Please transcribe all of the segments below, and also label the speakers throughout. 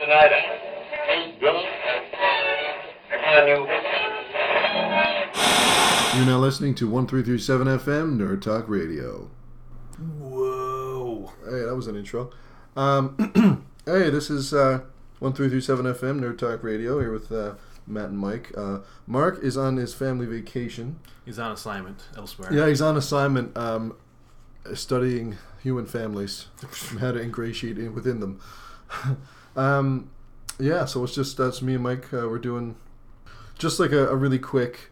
Speaker 1: tonight. I'm drunk. I knew.
Speaker 2: You're now listening to 1337 FM Nerd Talk Radio.
Speaker 3: Whoa.
Speaker 2: Hey, that was an intro. Um, hey, this is uh, 1337 FM Nerd Talk Radio here with uh, Matt and Mike. Uh, Mark is on his family vacation.
Speaker 3: He's on assignment elsewhere.
Speaker 2: Yeah, he's on assignment um, studying human families, how to ingratiate in- within them. um, yeah, so it's just that's me and Mike. Uh, we're doing just like a, a really quick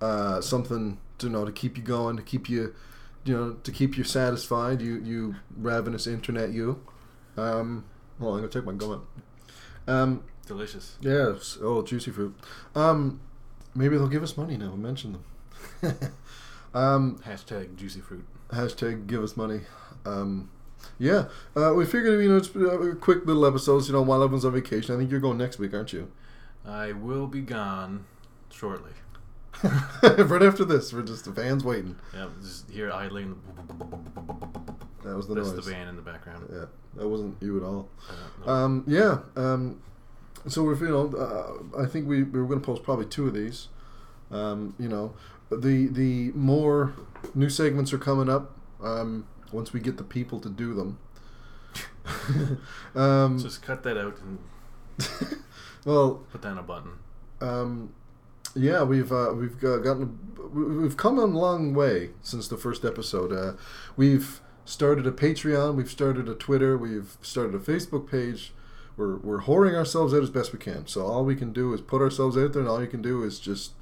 Speaker 2: uh, something to you know to keep you going, to keep you, you know, to keep you satisfied. You you ravenous internet you. Um, hold on, I'm gonna take my gum out. Um,
Speaker 3: Delicious.
Speaker 2: Yes. Oh, juicy fruit. Um, maybe they'll give us money now. We mentioned them. um,
Speaker 3: Hashtag juicy fruit.
Speaker 2: hashtag give us money. Um, yeah. Uh, we figured you know it's uh, quick little episodes. You know while everyone's on vacation. I think you're going next week, aren't you?
Speaker 3: I will be gone shortly.
Speaker 2: right after this, we're just the fans waiting.
Speaker 3: Yeah, just here idling.
Speaker 2: That was the
Speaker 3: That's
Speaker 2: noise.
Speaker 3: the band in the background.
Speaker 2: Yeah, that wasn't you at all.
Speaker 3: I don't know.
Speaker 2: Um, yeah. Um, so we're you know uh, I think we we were going to post probably two of these. Um, you know, the the more new segments are coming up. Um, once we get the people to do them. um,
Speaker 3: just cut that out and
Speaker 2: well,
Speaker 3: put down a button.
Speaker 2: um, yeah, we've uh, we've uh, gotten we- we've come a long way since the first episode. Uh, we've started a Patreon, we've started a Twitter, we've started a Facebook page. We're we're whoring ourselves out as best we can. So all we can do is put ourselves out there, and all you can do is just,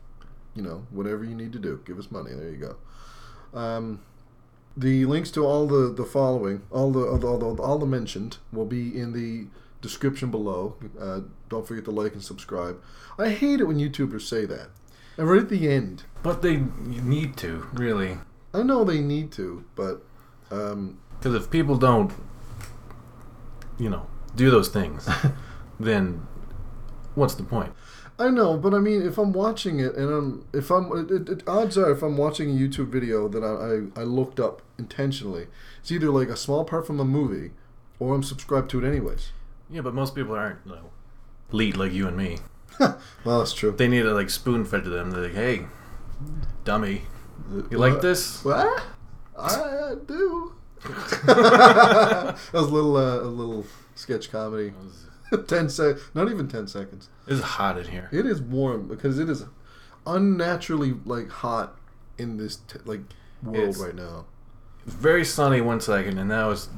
Speaker 2: you know, whatever you need to do, give us money. There you go. Um, the links to all the, the following, all the, all the all the mentioned, will be in the description below. Uh, don't forget to like and subscribe. I hate it when YouTubers say that, and right at the end.
Speaker 3: But they need to, really.
Speaker 2: I know they need to, but um,
Speaker 3: Because if people don't, you know, do those things, then what's the point?
Speaker 2: I know. But I mean, if I'm watching it, and I'm if I'm, it, it, it- odds are if I'm watching a YouTube video that I, I I looked up intentionally, it's either like a small part from a movie, or I'm subscribed to it anyways.
Speaker 3: Yeah, but most people aren't, you know, elite like you and me.
Speaker 2: Well, that's true.
Speaker 3: They need to, like, spoon fed to them. They're like, hey, dummy, you like this?
Speaker 2: What? I do. that was a little, uh, a little sketch comedy. ten sec, not even ten seconds.
Speaker 3: It's hot in here.
Speaker 2: It is warm because it is unnaturally like hot in this t- like world
Speaker 3: It's-
Speaker 2: right now.
Speaker 3: It's very sunny one second, and now it's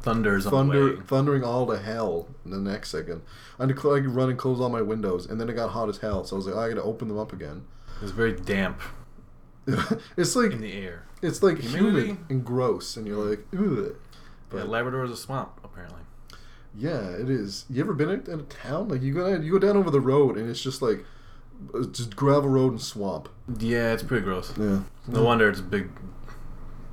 Speaker 3: thunders on the
Speaker 2: Thunder,
Speaker 3: way.
Speaker 2: thundering all to hell in the next second. I had to cl- I could run and close all my windows, and then it got hot as hell. So I was like, "Oh, I got to open them up again.
Speaker 3: It's very damp
Speaker 2: it's like
Speaker 3: in the air.
Speaker 2: it's like
Speaker 3: Humidity?
Speaker 2: humid and gross, and you're like, Ugh.
Speaker 3: Yeah, Labrador is a swamp, apparently.
Speaker 2: Yeah, it is. You ever been in in a town like you go down, you go down over the road and it's just like it's just gravel road and swamp.
Speaker 3: Yeah, it's pretty gross.
Speaker 2: Yeah.
Speaker 3: No wonder it's a big,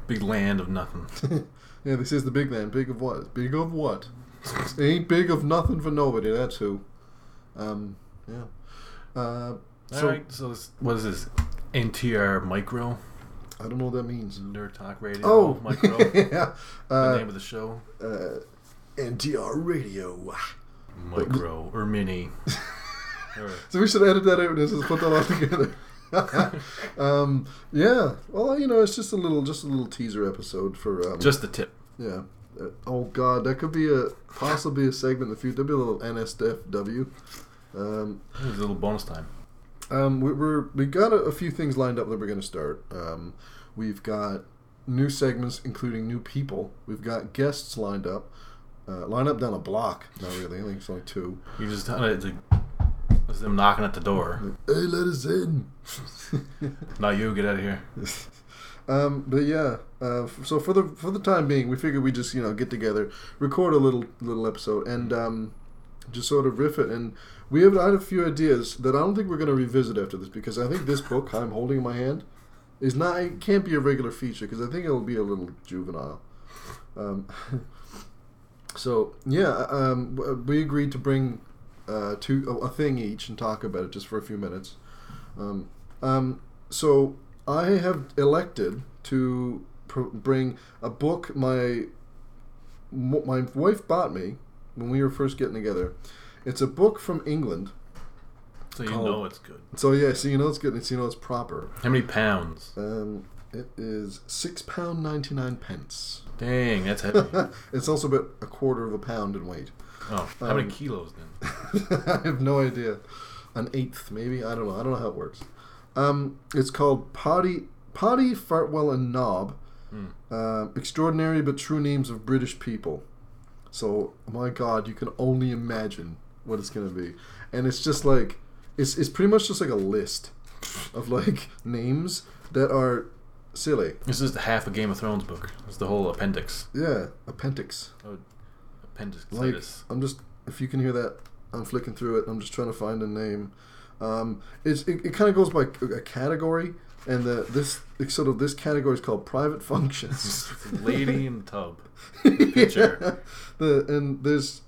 Speaker 3: big land of nothing.
Speaker 2: yeah, this is the big land. Big of what? Big of what? Ain't big of nothing for nobody. That's who. Um. Yeah. Uh.
Speaker 3: All
Speaker 2: so
Speaker 3: right, so this, what is this? NTR Micro?
Speaker 2: I don't know what that means.
Speaker 3: Nerd Talk Radio
Speaker 2: Oh,
Speaker 3: Micro?
Speaker 2: yeah.
Speaker 3: the
Speaker 2: Uh,
Speaker 3: name of the show?
Speaker 2: uh, NTR Radio.
Speaker 3: Micro or Mini. or,
Speaker 2: So we should edit that out and just put that all together. um, yeah. Well, you know, it's just a little, just a little teaser episode for um,
Speaker 3: just the tip.
Speaker 2: Yeah. Uh, Oh God, that could be a possibly a segment in the future. There'd be a little NSFW. Um,
Speaker 3: There's a little bonus time.
Speaker 2: um, we, we're we got a, a few things lined up that we're gonna start. Um, we've got new segments, including new people. We've got guests lined up. Uh, line up down a block. Not really. I think it's only two.
Speaker 3: You just kind of, it's like, it's them knocking at the door.
Speaker 2: Hey, let us in.
Speaker 3: Not you, get out of here.
Speaker 2: Um, but yeah, uh, f- so for the for the time being, we figured we just you know get together, record a little little episode, and um, just sort of riff it. And we have I had a few ideas that I don't think we're going to revisit after this because I think this book I'm holding in my hand is not it can't be a regular feature because I think it'll be a little juvenile. Um, so yeah, um, w- we agreed to bring uh, two a, a thing each and talk about it just for a few minutes. Um, um, so I have elected to pr- bring a book my mo- my wife bought me when we were first getting together. It's a book from England.
Speaker 3: So you
Speaker 2: Called-
Speaker 3: know it's good.
Speaker 2: So yeah, so you know it's good. And so you know it's proper.
Speaker 3: How many pounds?
Speaker 2: Um, it is six pound ninety nine pence.
Speaker 3: Dang, that's heavy.
Speaker 2: it's also about a quarter of a pound in weight.
Speaker 3: Oh, how many
Speaker 2: Um,
Speaker 3: kilos then?
Speaker 2: I have no idea. An eighth, maybe. I don't know. I don't know how it works. Um, it's called Potty, Potty, Fartwell, and Knob. Um, extraordinary but true names of British people. So my God, you can only imagine what it's gonna be, and it's just like it's it's pretty much just like a list of like names that are silly.
Speaker 3: This is the half a Game of Thrones book. It's the whole appendix.
Speaker 2: Yeah, appendix.
Speaker 3: Oh,
Speaker 2: Like,
Speaker 3: appendicitis.
Speaker 2: I'm just if you can hear that, I'm flicking through it. I'm just trying to find a name. Um, it's it, it kind of goes by c- a category, and the this it's sort of this category is called private functions.
Speaker 3: Lady in the tub.
Speaker 2: Yeah.
Speaker 3: picture.
Speaker 2: The and there's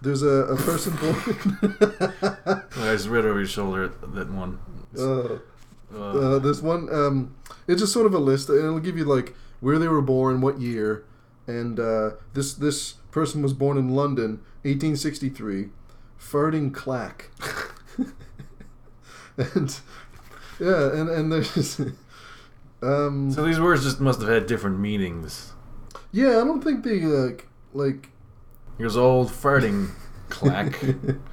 Speaker 2: there's a, a person born.
Speaker 3: I just read over your shoulder at that one.
Speaker 2: uh,
Speaker 3: Uh,
Speaker 2: uh, there's one. Um, it's just sort of a list, and it'll give you like where they were born, what year, and uh, this this person was born in London, 1863, farting clack, and yeah, and and there's. Um,
Speaker 3: so these words just must have had different meanings.
Speaker 2: yeah, I don't think they like like.
Speaker 3: Here's old farting clack.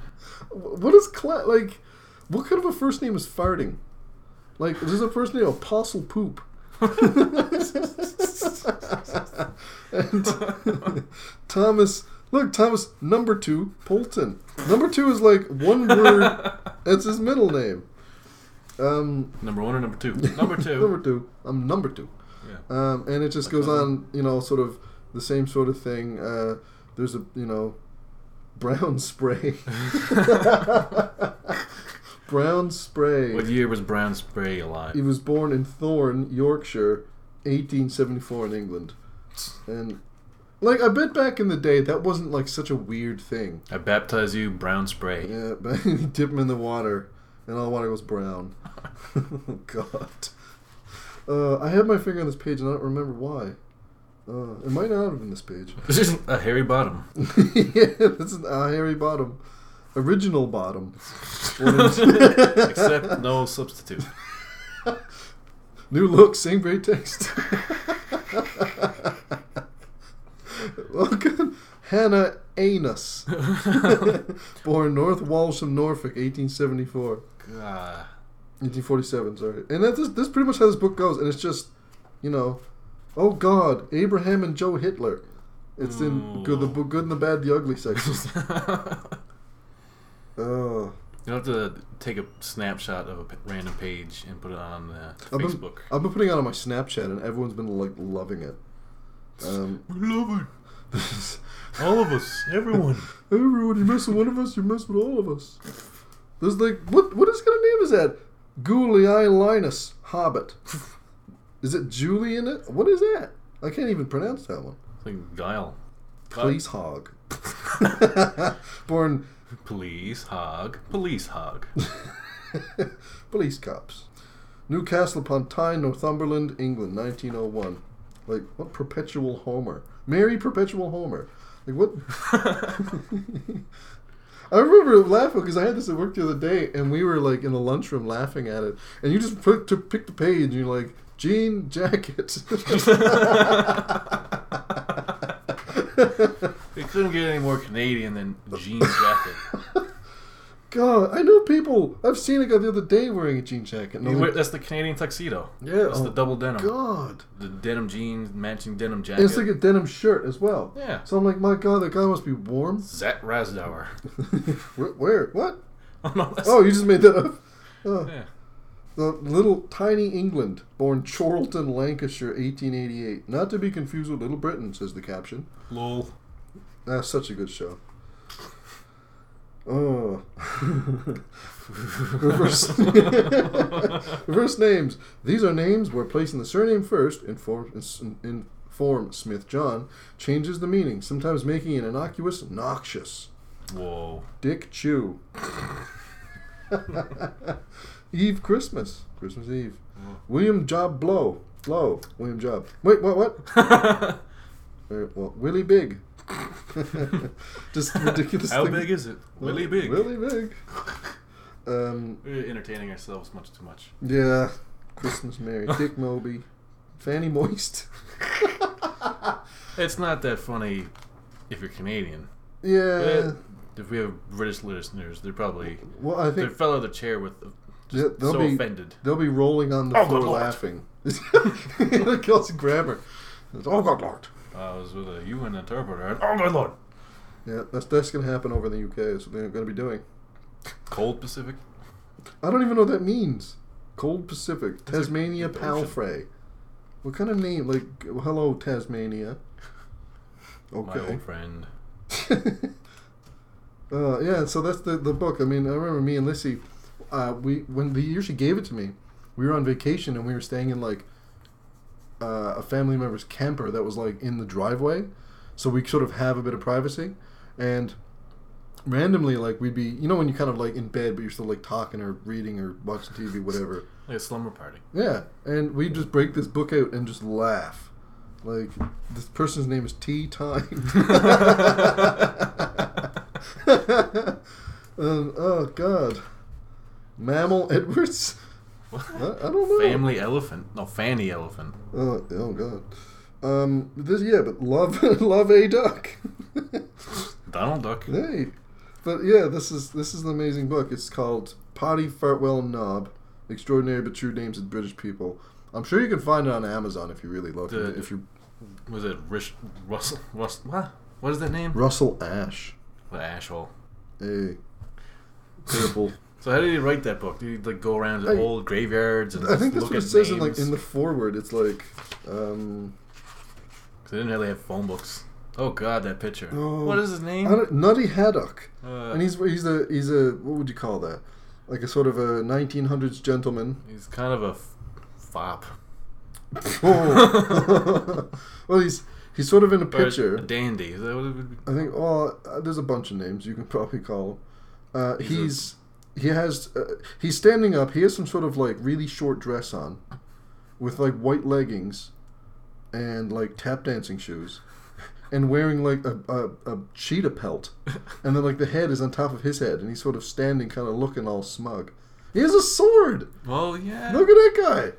Speaker 2: what is clack like? What kind of a first name is farting? Like, there's a first name Oh, Apostle Poop. and Thomas, look, Thomas number two Polton. Number two is like one word. That's his middle name. Um,
Speaker 3: number one or number two? Number two.
Speaker 2: number two. I'm number two.
Speaker 3: Yeah.
Speaker 2: Um, and it just goes on, you know, sort of the same sort of thing. Uh, there's a, you know, brown spray. brown spray.
Speaker 3: What year was Brown Spray alive?
Speaker 2: He was born in Thorne, Yorkshire, 1874 in England. And, like, I bet back in the day that wasn't, like, such a weird thing.
Speaker 3: I baptize you, Brown Spray.
Speaker 2: Yeah, but you dip him in the water, and all the water goes brown. Oh, God. Uh, I had my finger on this page, and I don't remember why. Uh, it might not have been this page.
Speaker 3: This isn't a hairy bottom.
Speaker 2: yeah, this is a hairy bottom. Original bottom.
Speaker 3: Except no substitute.
Speaker 2: New look, same great taste. Welcome, Hannah Anus. Born North Walsham, Norfolk, 1874.
Speaker 3: Ah.
Speaker 2: 1847, sorry. And that's this pretty much how this book goes, and it's just, you know, oh God, Abraham and Joe Hitler. It's in good the
Speaker 3: Ooh.
Speaker 2: bu- good and the bad, the ugly
Speaker 3: you
Speaker 2: section. oh,
Speaker 3: have to take a snapshot of a p- random page and put it on uh,
Speaker 2: I've been-
Speaker 3: Facebook.
Speaker 2: I've been putting it on my Snapchat, and everyone's been like loving it. Um,
Speaker 3: We love it. All of us. Everyone.
Speaker 2: everyone, you mess with one of us, you mess with all of us. There's like, what what is gonna name is that? Ghoulie Eye Linus Hobbit. Is it Julie in it? What is that? I can't even pronounce that one.
Speaker 3: It's like Guile.
Speaker 2: Police hog. Born
Speaker 3: Police hog. Police hog.
Speaker 2: police cops. Newcastle upon Tyne, Northumberland, England, 1901. Like, what perpetual Homer? Mary Perpetual Homer. Like, what? I remember laughing because I had this at work the other day, and we were like in the lunchroom laughing at it. And you just put to pick the page, and you're like, jean jacket.
Speaker 3: It couldn't get any more Canadian than jean jacket.
Speaker 2: God, I know people. I've seen a guy the other day wearing a jean jacket. and
Speaker 3: You
Speaker 2: I'm
Speaker 3: wear-
Speaker 2: like,
Speaker 3: That's the Canadian tuxedo.
Speaker 2: Yeah,
Speaker 3: That's
Speaker 2: oh
Speaker 3: the double denim.
Speaker 2: God.
Speaker 3: The denim jeans, matching denim jacket.
Speaker 2: And it's like a denim shirt as well.
Speaker 3: Yeah.
Speaker 2: So I'm like, my God, that guy must be warm.
Speaker 3: Zat Razdauer.
Speaker 2: where, where? What?
Speaker 3: oh, no, that's-
Speaker 2: Oh, you just made that up. Uh,
Speaker 3: Yeah.
Speaker 2: the little tiny England, born Chorlton, Lancashire, 1888. Not to be confused with Little Britain, says the caption.
Speaker 3: Lol.
Speaker 2: That's such a good show. Oh. reverse, reverse names. These are names where placing the surname first in form, in, in form Smith John changes the meaning, sometimes making it innocuous, noxious.
Speaker 3: Whoa.
Speaker 2: Dick Chew. Eve Christmas. Christmas Eve. William Job Blow. Blow. William Job. Wait, what, what?
Speaker 3: That's
Speaker 2: Uh, well, Willie Big. Just ridiculous.
Speaker 3: How
Speaker 2: thing.
Speaker 3: big is it? Really big.
Speaker 2: Really big. Um,
Speaker 3: We're entertaining ourselves much too much.
Speaker 2: yeah. Christmas Mary, Dick Moby, Fanny Moist.
Speaker 3: It's not that funny if you're Canadian.
Speaker 2: yeah.
Speaker 3: But if we have British listeners, they're probably
Speaker 2: Well, I
Speaker 3: they
Speaker 2: think
Speaker 3: fell out of the chair with
Speaker 2: Yeah,
Speaker 3: just
Speaker 2: they'll
Speaker 3: so
Speaker 2: be-
Speaker 3: offended.
Speaker 2: They'll be rolling on the
Speaker 3: Oh,
Speaker 2: floor
Speaker 3: good lord.
Speaker 2: laughing. Kelsey Grammer. Oh God, Lord.
Speaker 3: I was with a UN interpreter. And, oh my lord!
Speaker 2: Yeah, that's that's gonna happen over in the UK. Is what they're gonna be doing.
Speaker 3: Cold Pacific.
Speaker 2: I don't even know what that means. Cold Pacific, Tasmania
Speaker 3: the ocean.
Speaker 2: Palfrey. What kind of name? Like, hello Tasmania.
Speaker 3: My
Speaker 2: Okay.
Speaker 3: old friend.
Speaker 2: uh, yeah, so that's the the book. I mean, I remember me and Lissy, uh, we when the year she gave it to me, we were on vacation and we were staying in like uh, a family member's camper that was like in the driveway, so we sort of have a bit of privacy, and randomly like we'd be you know when you kind of like in bed but you're still like talking or reading or watching TV whatever.
Speaker 3: Like a slumber party.
Speaker 2: Yeah, and we just break this book out and just laugh. Like this person's name is Tea Time. um, oh God, Mammal Edwards. I, I don't know.
Speaker 3: Family elephant. No, Fanny elephant.
Speaker 2: Oh, oh God. Um, this yeah, but love love a duck.
Speaker 3: Donald Duck.
Speaker 2: hey, but yeah, this is this is an amazing book. It's called Potty Fartwell Knob: Extraordinary but True Names of British People. I'm sure you can find it on Amazon if you really look.
Speaker 3: The-
Speaker 2: if you
Speaker 3: Was it Rish Russell? Russ, what? What is that name?
Speaker 2: Russell Ash,
Speaker 3: the asshole.
Speaker 2: hey, terrible.
Speaker 3: So how did he write that book? Did he like go around to
Speaker 2: I-
Speaker 3: old graveyards and
Speaker 2: I think that's
Speaker 3: look
Speaker 2: what it
Speaker 3: at
Speaker 2: says in
Speaker 3: names?
Speaker 2: like in the foreword. It's like, um,
Speaker 3: 'Cause they didn't really have phone books. Oh God, that picture.
Speaker 2: Oh.
Speaker 3: what is his name?
Speaker 2: I don't, Nutty Haddock,
Speaker 3: Uh,
Speaker 2: and he's he's a he's a what would you call that? Like a sort of a 1900s gentleman.
Speaker 3: he's kind of a f- fop.
Speaker 2: Oh. well, he's he's sort of in a
Speaker 3: Or a
Speaker 2: picture.
Speaker 3: dandy. Is that what it would be?
Speaker 2: I think. Well, uh, there's a bunch of names you can probably call. Him. Uh,
Speaker 3: He's a-
Speaker 2: he's he has uh, he's standing up. He has some sort of like really short dress on, with like white leggings, and like tap dancing shoes, and wearing like a, a, a cheetah pelt, and then like the head is on top of his head, and he's sort of standing, kind of looking all smug. He has a sword.
Speaker 3: Well, yeah.
Speaker 2: Look at that guy.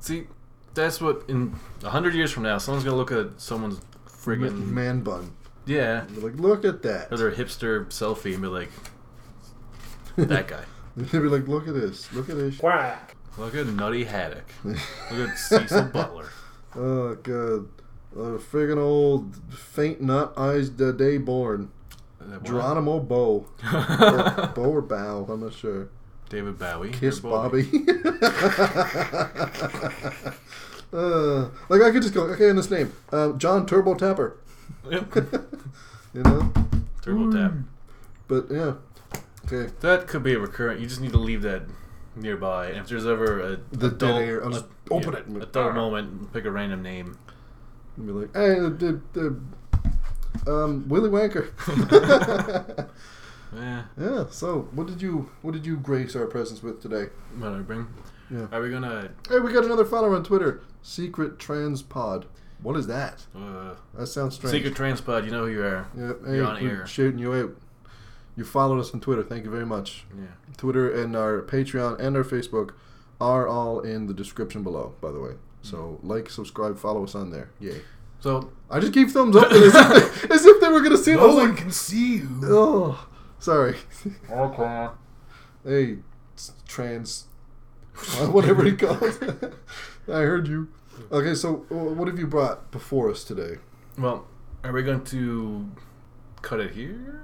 Speaker 3: See, that's what in a hundred years from now, someone's gonna look at someone's friggin'
Speaker 2: Man, man bun.
Speaker 3: yeah,
Speaker 2: They're like, look at that.
Speaker 3: or their hipster selfie and be like, that guy.
Speaker 2: They'd be like, look at this, look at this.
Speaker 3: Look at Nutty Haddock. Look at Cecil Butler.
Speaker 2: Oh god, a friggin' old faint not eyes the day born.
Speaker 3: That one.
Speaker 2: Geronimo Bow, or, Bow or Bow, I'm not sure.
Speaker 3: David Bowie.
Speaker 2: Kiss
Speaker 3: or Bowie.
Speaker 2: Bobby. uh, like I could just go, okay, in this name, uh, John Turbo Tapper,
Speaker 3: Yep.
Speaker 2: you know.
Speaker 3: Turbo tap.
Speaker 2: But yeah, okay.
Speaker 3: That could be a recurrent. You just need to leave that nearby. And if there's ever a
Speaker 2: The dead
Speaker 3: adult-
Speaker 2: air. I'll
Speaker 3: a-
Speaker 2: just open
Speaker 3: yeah,
Speaker 2: it.
Speaker 3: Adult moment. Pick a random name.
Speaker 2: And be like, hey, the, the, the, um, Willy Wanker.
Speaker 3: Eh,
Speaker 2: yeah. So, what did you what did you grace our presence with today?
Speaker 3: what do I bring?
Speaker 2: Yeah.
Speaker 3: Are we gonna?
Speaker 2: Hey, we got another follower on Twitter. Secret Trans Pod. What is that?
Speaker 3: Uh,
Speaker 2: That sounds strange.
Speaker 3: Secret Transpod. You know who you are.
Speaker 2: Yep, hey,
Speaker 3: You're on
Speaker 2: we're
Speaker 3: air.
Speaker 2: Shooting you out. You followed us on Twitter. Thank you very much.
Speaker 3: Yeah.
Speaker 2: Twitter and our Patreon and our Facebook are all in the description below. By the way, so
Speaker 3: Mm.
Speaker 2: like, subscribe, follow us on there. Yay!
Speaker 3: So
Speaker 2: I just keep thumbs up as if they, as if they were gonna see it. I was like,
Speaker 3: can see you.
Speaker 2: oh, sorry.
Speaker 1: Okay.
Speaker 3: Uh,
Speaker 2: hey, s- trans, uh, whatever he calls. I heard you. Okay, so uh, what have you brought before us today?
Speaker 3: Well, are we going to cut it here?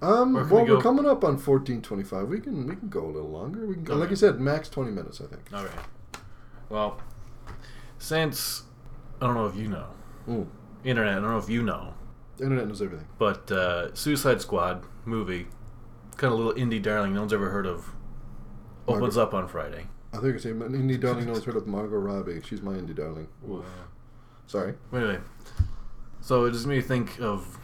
Speaker 2: Um,
Speaker 3: Or
Speaker 2: well,
Speaker 3: can we
Speaker 2: we are
Speaker 3: go-
Speaker 2: coming up on fourteen twenty-five. We can we can go a little longer. We can go, like
Speaker 3: Okay.
Speaker 2: you said, max twenty minutes. I think.
Speaker 3: All right. Well, since I don't know if you know,
Speaker 2: Mm.
Speaker 3: internet. I don't know if you know,
Speaker 2: Internet knows everything.
Speaker 3: but uh, Suicide Squad movie, kind of little indie darling no one's ever heard of, opens up on Friday.
Speaker 2: I think it's an indie darling knows heard of Margot Robbie. She's my indie darling. Sorry.
Speaker 3: Uh, anyway, so it just made me think of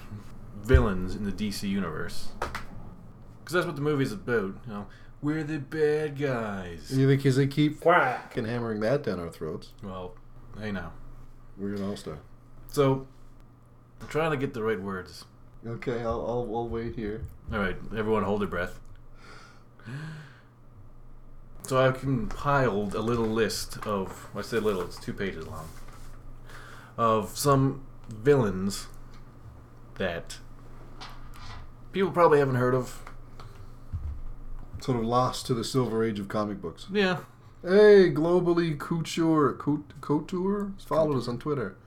Speaker 3: villains in the DC universe, because that's what the movie's about. You know, we're the bad guys.
Speaker 2: You think because they keep fucking hammering that down our throats?
Speaker 3: Well, hey now.
Speaker 2: We're an all-star.
Speaker 3: So I'm trying to get the right words.
Speaker 2: Okay, I'll, I'll, I'll wait here.
Speaker 3: All right, everyone, hold your breath. So I've compiled a little list of, I say little, it's two pages long, of some villains that people probably haven't heard of.
Speaker 2: Sort of lost to the silver age of comic books.
Speaker 3: Yeah,
Speaker 2: Hey, globally couture cout- couture followed us on Twitter.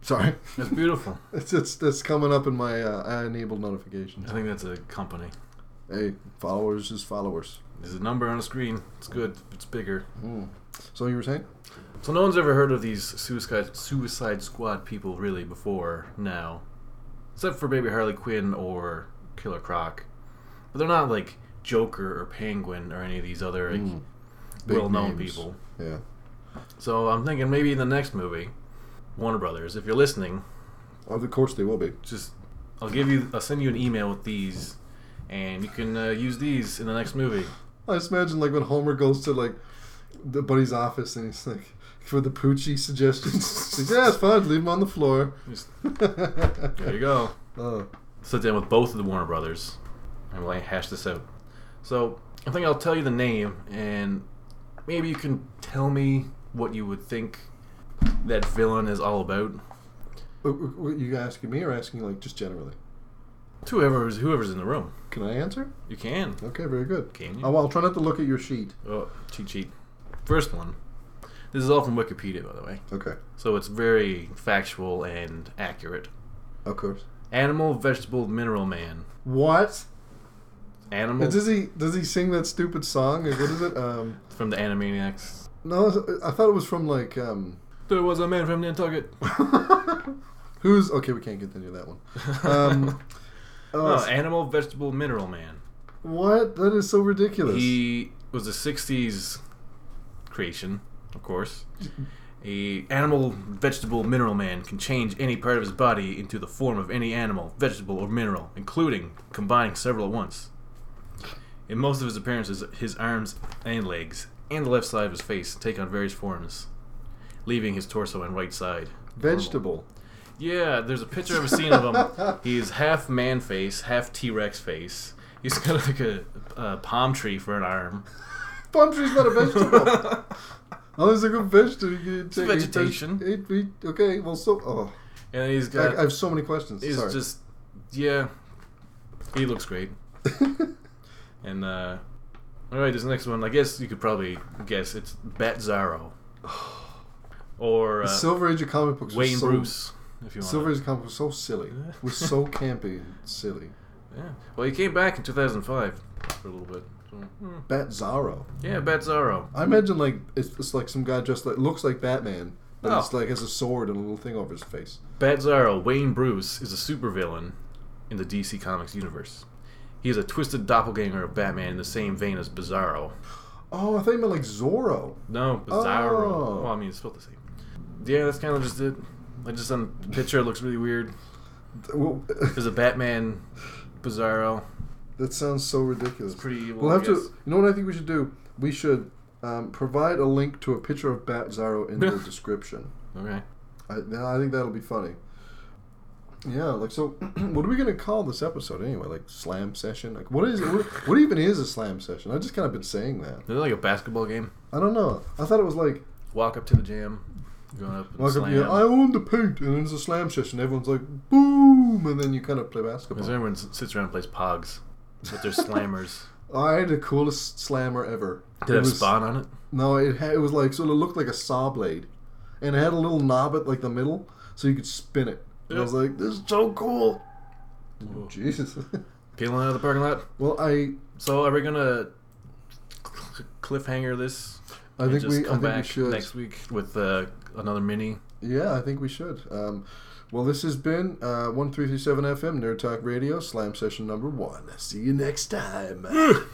Speaker 2: Sorry,
Speaker 3: that's beautiful.
Speaker 2: it's it's that's coming up in my uh, I enabled
Speaker 3: I
Speaker 2: notifications.
Speaker 3: think that's a company.
Speaker 2: Hey, followers is followers. Hmm.
Speaker 3: There's a number on the screen. It's good. It's bigger.
Speaker 2: So you were saying?
Speaker 3: So no one's ever heard of these suicide Suicide Squad people really before now, except for maybe Harley Quinn or Killer Croc, but they're not like Joker or Penguin or any of these other like,
Speaker 2: Mm. Big
Speaker 3: well-known
Speaker 2: names.
Speaker 3: people.
Speaker 2: Yeah.
Speaker 3: So I'm thinking maybe in the next movie, Warner Brothers, if you're listening,
Speaker 2: Of course they will be.
Speaker 3: just I'll give you I'll send you an email with these, and you can uh, use these in the next movie.
Speaker 2: I just imagine like when Homer goes to like the buddy's office and he's like for the Poochie suggestions. He's like, yeah, it's fine. Leave him on the floor.
Speaker 3: Just, there
Speaker 2: there
Speaker 3: you go.
Speaker 2: Oh,
Speaker 3: sit down with both of the Warner Brothers and we'll hash this out. So I think I'll tell you the name and maybe you can tell me what you would think that villain is all about.
Speaker 2: W- w- w- you asking me or asking like just generally?
Speaker 3: To whoever's whoever's in the room.
Speaker 2: Can I answer?
Speaker 3: You can.
Speaker 2: Okay, very good.
Speaker 3: Can you?
Speaker 2: Oh, well, I'll try not to look at your sheet.
Speaker 3: Oh, cheat sheet. First one. This is all from Wikipedia, by the way.
Speaker 2: Okay,
Speaker 3: So it's very factual and accurate.
Speaker 2: of course.
Speaker 3: Animal, vegetable, mineral man.
Speaker 2: What?
Speaker 3: Animal
Speaker 2: Does he does he sing that stupid song? Like, What is it? Um,
Speaker 3: from the Animaniacs.
Speaker 2: no, I thought it was from like um,
Speaker 3: There was a man from Nantucket.
Speaker 2: who's okay. We can't continue that one. Um,
Speaker 3: No,
Speaker 2: oh,
Speaker 3: animal, vegetable, mineral man.
Speaker 2: what? That is so ridiculous.
Speaker 3: He was a '60s creation, of course. A animal, vegetable, mineral man can change any part of his body into the form of any animal, vegetable, or mineral, including combining several at once. In most of his appearances, his arms and legs and the left side of his face take on various forms, leaving his torso and right side.
Speaker 2: Vegetable.
Speaker 3: Oh. Yeah, there's a picture I've seen of him. He's half man face, half T Rex face. He's got like a, a palm tree for an arm.
Speaker 2: Palm tree's not a vegetable. How is it a vegetable? You can take eight veg-
Speaker 3: vegetation.
Speaker 2: Eight, feet. okay, well, so oh,
Speaker 3: And he's got.
Speaker 2: I, I have so many questions.
Speaker 3: he's
Speaker 2: Sorry.
Speaker 3: just. Yeah. He looks great. And, uh. Alright, this next one, I guess you could probably guess. It's Bat Zaro. Or uh,
Speaker 2: Silver Age of comic books. was
Speaker 3: Wayne
Speaker 2: so,
Speaker 3: Bruce, if you want.
Speaker 2: Silver Age of comic books was so silly. was so campy, and silly.
Speaker 3: Yeah. Well, he came back in 2005 for a little bit. So, hmm.
Speaker 2: Bat Zorro.
Speaker 3: Yeah, Bat Zaro.
Speaker 2: I imagine like it's, it's like some guy just like looks like Batman, but
Speaker 3: Oh.
Speaker 2: it's like has a sword and a little thing over his face.
Speaker 3: Bat Zarro, Wayne Bruce, is a supervillain in the DC Comics universe. He is a twisted doppelganger of Batman in the same vein as Bizarro.
Speaker 2: Oh, I thought you meant like Zorro.
Speaker 3: No, Bizarro.
Speaker 2: Oh.
Speaker 3: Well, I mean, it's spelled the same. Yeah, that's kind of just it. I just on the picture it looks really weird.
Speaker 2: Th- well,
Speaker 3: There's a Batman, Bizarro.
Speaker 2: that sounds so ridiculous.
Speaker 3: Pretty. Well,
Speaker 2: We'll have
Speaker 3: I
Speaker 2: to.
Speaker 3: guess.
Speaker 2: You know what I think we should do? We should um, provide a link to a picture of Bat Zorro in the description.
Speaker 3: Okay.
Speaker 2: I, then I think that'll be funny. Yeah, like so. what are we gonna call this episode anyway? Like slam session? Like what is it? What, what even is a slam session? I just kind of been saying that.
Speaker 3: Is it like a basketball game?
Speaker 2: I don't know. I thought it was like
Speaker 3: Walk up to the jam, going up and
Speaker 2: Like if
Speaker 3: slam.
Speaker 2: you I own the Oh. paint, and then it's a slam session. Everyone's like, boom, and then you kind of play
Speaker 3: Because
Speaker 2: basketball.
Speaker 3: everyone s- sits around and plays Pogs, but they're slammers.
Speaker 2: I had the coolest slammer ever.
Speaker 3: Did it have
Speaker 2: was,
Speaker 3: Spawn on it?
Speaker 2: No, it had, it was like sort of looked like a saw blade, and it had a little knob at like the middle, so you could spin it. And I was like, this is so cool. Jesus.
Speaker 3: Peeling out of the parking lot.
Speaker 2: well, I
Speaker 3: So are we gonna cl- cliffhanger this?
Speaker 2: I
Speaker 3: and
Speaker 2: think
Speaker 3: just
Speaker 2: we I
Speaker 3: come
Speaker 2: think we
Speaker 3: back
Speaker 2: should.
Speaker 3: next week with uh, another mini.
Speaker 2: Yeah, I think we should. Um, well, this has been uh, one three three seven FM Nerd Talk Radio Slam Session Number One. See you next time.